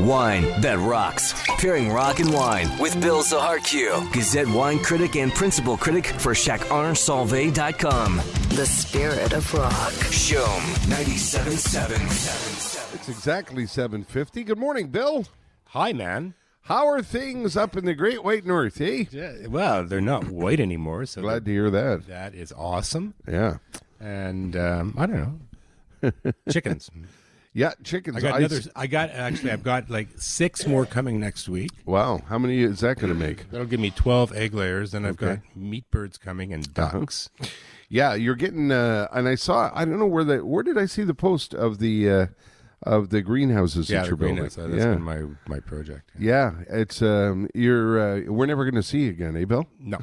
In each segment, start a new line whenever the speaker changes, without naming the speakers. Wine that rocks. Pairing rock and wine with Bill Zaharkiew, Gazette wine critic and principal critic for ChacArnSalve.com.
The spirit of rock.
Shom 97.7.
It's exactly 750. Good morning, Bill.
Hi, man.
How are things up in the Great White North, eh?
Yeah, well, they're not white anymore, so
Glad to hear that.
that is awesome.
Yeah.
And um, I don't know, chickens.
Yeah, chickens.
I got
I-
another. I got actually, I've got like six more coming next week.
Wow. How many is that going to make?
That'll give me twelve egg layers. Then I've got meat birds coming and ducks.
Yeah, you're getting. Uh, and I saw. I don't know where the. Where did I see the post of the uh, of the greenhouses
Yeah,
that
the
you're building?
greenhouse. uh, That's
yeah.
been my my project.
yeah, it's um, you're uh, we're never going to see you again, eh, Bill?
No.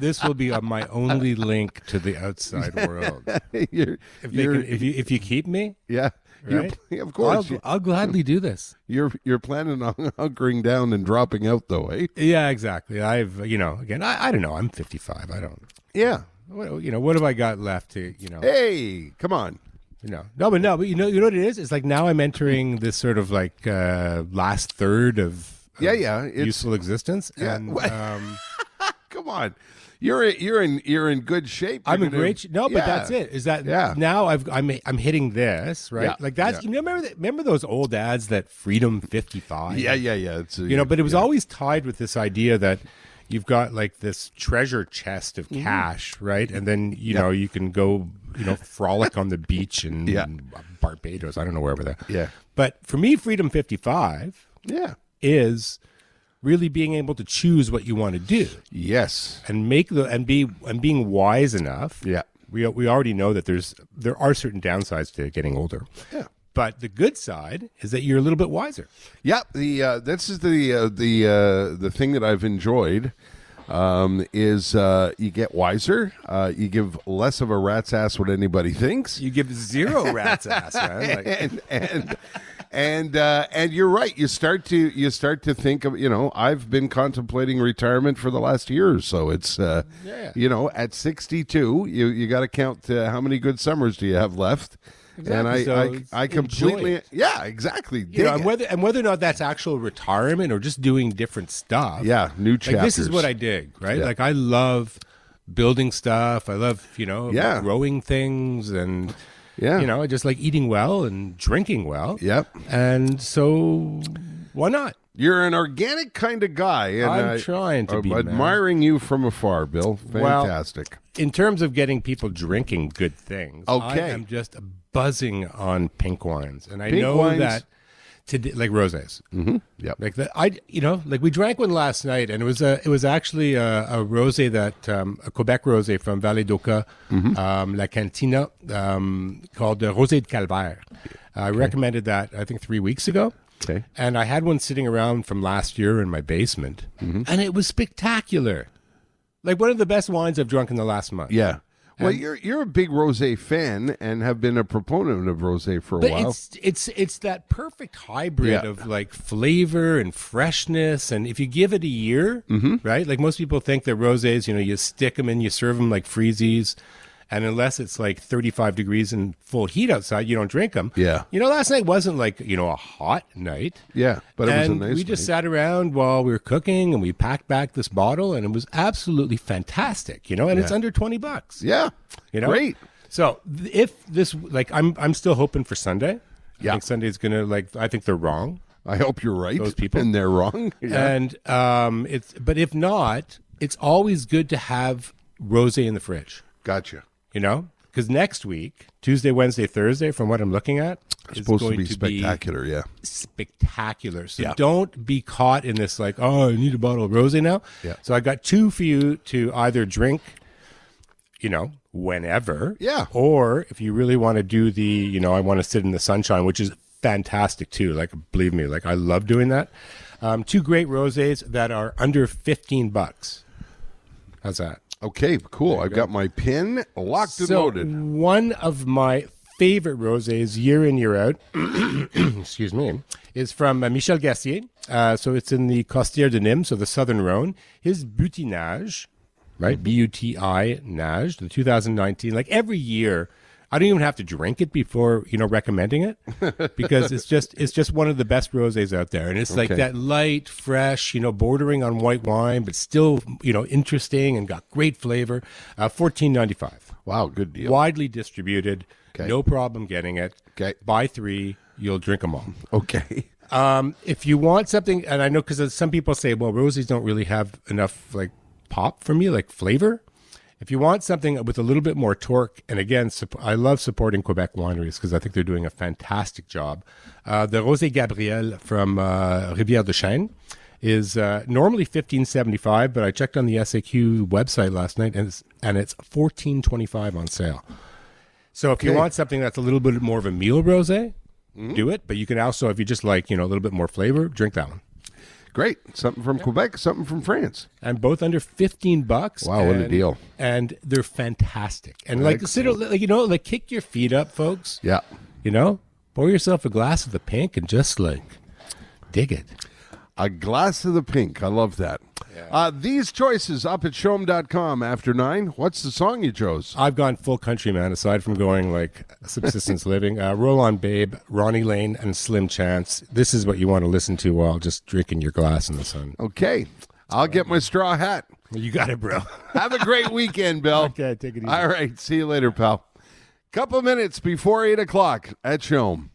this will be uh, my only link to the outside world.
you're,
If, they
you're
can, if you if you keep me,
yeah, you're-
right?
yeah, of course.
I'll, I'll gladly do this.
You're you're planning on hunkering down and dropping out though, eh?
Yeah, exactly. I've you know again. I, I don't know. I'm 55. I don't.
Yeah.
What, you know what have I got left to you know
Hey, come on.
you know no but no but you know you know what it is it's like now I'm entering this sort of like uh last third of, of
Yeah, yeah, it's-
useful existence
Yeah.
and
What?
um
Come on. You're you're in you're in good shape.
I'm
You're
in
gonna-
great sh- no but
Yeah.
that's it is that
Yeah.
now I've I'm I'm hitting this right
Yeah,
like
yeah.
that's you remember that, remember those old ads that Freedom 55
Yeah, yeah, yeah. It's a,
you know but it was always tied with this idea that you've got like this treasure chest of cash right and then you know you can go you know frolic on the beach in
Yeah.
barbados i don't know wherever there
Yeah.
but for me freedom 55
Yeah.
is really being able to choose what you want to do
Yes.
and make the and be and being wise enough
Yeah.
we, we already know that there's there are certain downsides to getting older
Yeah.
but the good side is that you're a little bit wiser
Yeah, the uh, this is the uh, the uh, the thing that I've enjoyed um, is uh, you get wiser, uh, you give less of a rat's ass what anybody thinks,
you give zero rat's ass man like,
and and and uh, and you're right. You start to you start to think of you know I've been contemplating retirement for the last year or so. It's uh,
Yeah.
you know at 62 you you got to count uh, how many good summers do you have left. And I,
Exactly, so it's-
I, I
enjoy
completely,
it.
yeah, exactly.
you
Dig
know, and
it.
whether and whether or not that's actual retirement or just doing different stuff.
Yeah, new
Like, this
chapters.
is what I dig, right?
Yeah.
Like I love building stuff. I love you know,
Yeah.
growing things and
Yeah.
you know, I just like eating well and drinking well.
Yep.
And so, why not?
You're an organic kind of guy, and
I'm
I-
trying to
I'm
be, man.
admiring you from afar, Bill.
Well-
Fantastic.
In terms of getting people drinking good things,
Okay.
I am just buzzing on pink wines, and I
Pink
know
wines.
that today, like rosés.
yep.
Like that, I you know, like we drank one last night, and it was a it was actually a, a rosé that um, a Quebec rosé from Vallée d'Oca, um, La Cantina, um, called the Rosé de Calvaire. I recommended that I think three weeks ago.
Okay.
And I had one sitting around from last year in my basement, and it was spectacular. Like one of the best wines I've drunk in the last month.
yeah. Well, you're you're a big rosé fan and have been a proponent of rosé for a
But
while.
it's it's it's that perfect hybrid
Yeah.
of like flavor and freshness, and if you give it a year,
Mm-hmm.
right? Like most people think that rosés, you know, you stick them in, you serve them like freezies, and unless it's like thirty-five degrees and full heat outside, you don't drink them.
Yeah.
you know, last night wasn't like you know a hot night.
Yeah, but it was a
And
nice
We just
night.
sat around while we were cooking, and we packed back this bottle, and it was absolutely fantastic. You know, and it's under twenty bucks.
yeah.
You know,
Great.
So th- if this, like, I'm I'm still hoping for Sunday.
Yeah.
I think Sunday's gonna like. I think they're wrong,
I hope you're right.
Those people.
and they're wrong. Yeah.
and um, it's but if not, it's always good to have rosé in the fridge.
gotcha.
You know, because next week, Tuesday, Wednesday, Thursday, from what I'm looking at, is
Supposed to
going
be spectacular. yeah.
spectacular. So don't be caught in this like, oh, I need a bottle of rosé now.
Yeah.
So I got two for you to either drink, you know, whenever.
Yeah.
Or if you really want to do the, you know, I want to sit in the sunshine, which is fantastic too. Like, believe me, like I love doing that. Um, two great rosés that are under fifteen bucks. How's that?
Okay. Cool. I've got my pin locked and loaded.
one of my favorite rosés year in year out excuse me is from uh, michel gassier uh, so it's in the costière de nîmes so the southern rhone his butinage right b-u-t-i nage the 2019 like every year I don't even have to drink it before you know recommending it because it's just it's just one of the best rosés out there, and it's like
Okay.
that light, fresh, you know, bordering on white wine, but still you know interesting and got great flavor. Uh, Fourteen ninety five,
Wow, good deal.
widely distributed,
Okay.
no problem getting it.
Okay.
buy three, you'll drink them all.
Okay.
Um, if you want something, and I know because some people say, well, roses don't really have enough like pop for me, like flavor. If you want something with a little bit more torque, and again, sup- I love supporting Quebec wineries because I think they're doing a fantastic job. Uh, the Rosé Gabriel from uh, Rivière de Chêne is uh, normally fifteen seventy five, but I checked on the SAQ website last night, and it's and it's fourteen twenty five on sale. So if you want something that's a little bit more of a meal rosé,
Mm-hmm.
do it. But you can also, if you just like, you know, a little bit more flavor, drink that one.
Great. Something from Quebec, something from France.
And both under fifteen bucks.
Wow, what a
and-
deal.
And they're fantastic. And like, sit, like you know, like kick your feet up, folks.
Yeah.
You know, pour yourself a glass of the pink and just like dig it.
A glass of the pink. I love that. Uh, these choices up at showem.com after nine. What's the song you chose?
I've gone full country, man. Aside from going like subsistence living, uh, Roll On Babe, Ronnie Lane, and Slim Chance. This is what you want to listen to while just drinking your glass in the sun.
Okay. I'll get my straw hat.
You got it, bro.
Have a great weekend, Bill.
Okay, take it easy.
All right. See you later, pal. Couple minutes before eight o'clock at Showem.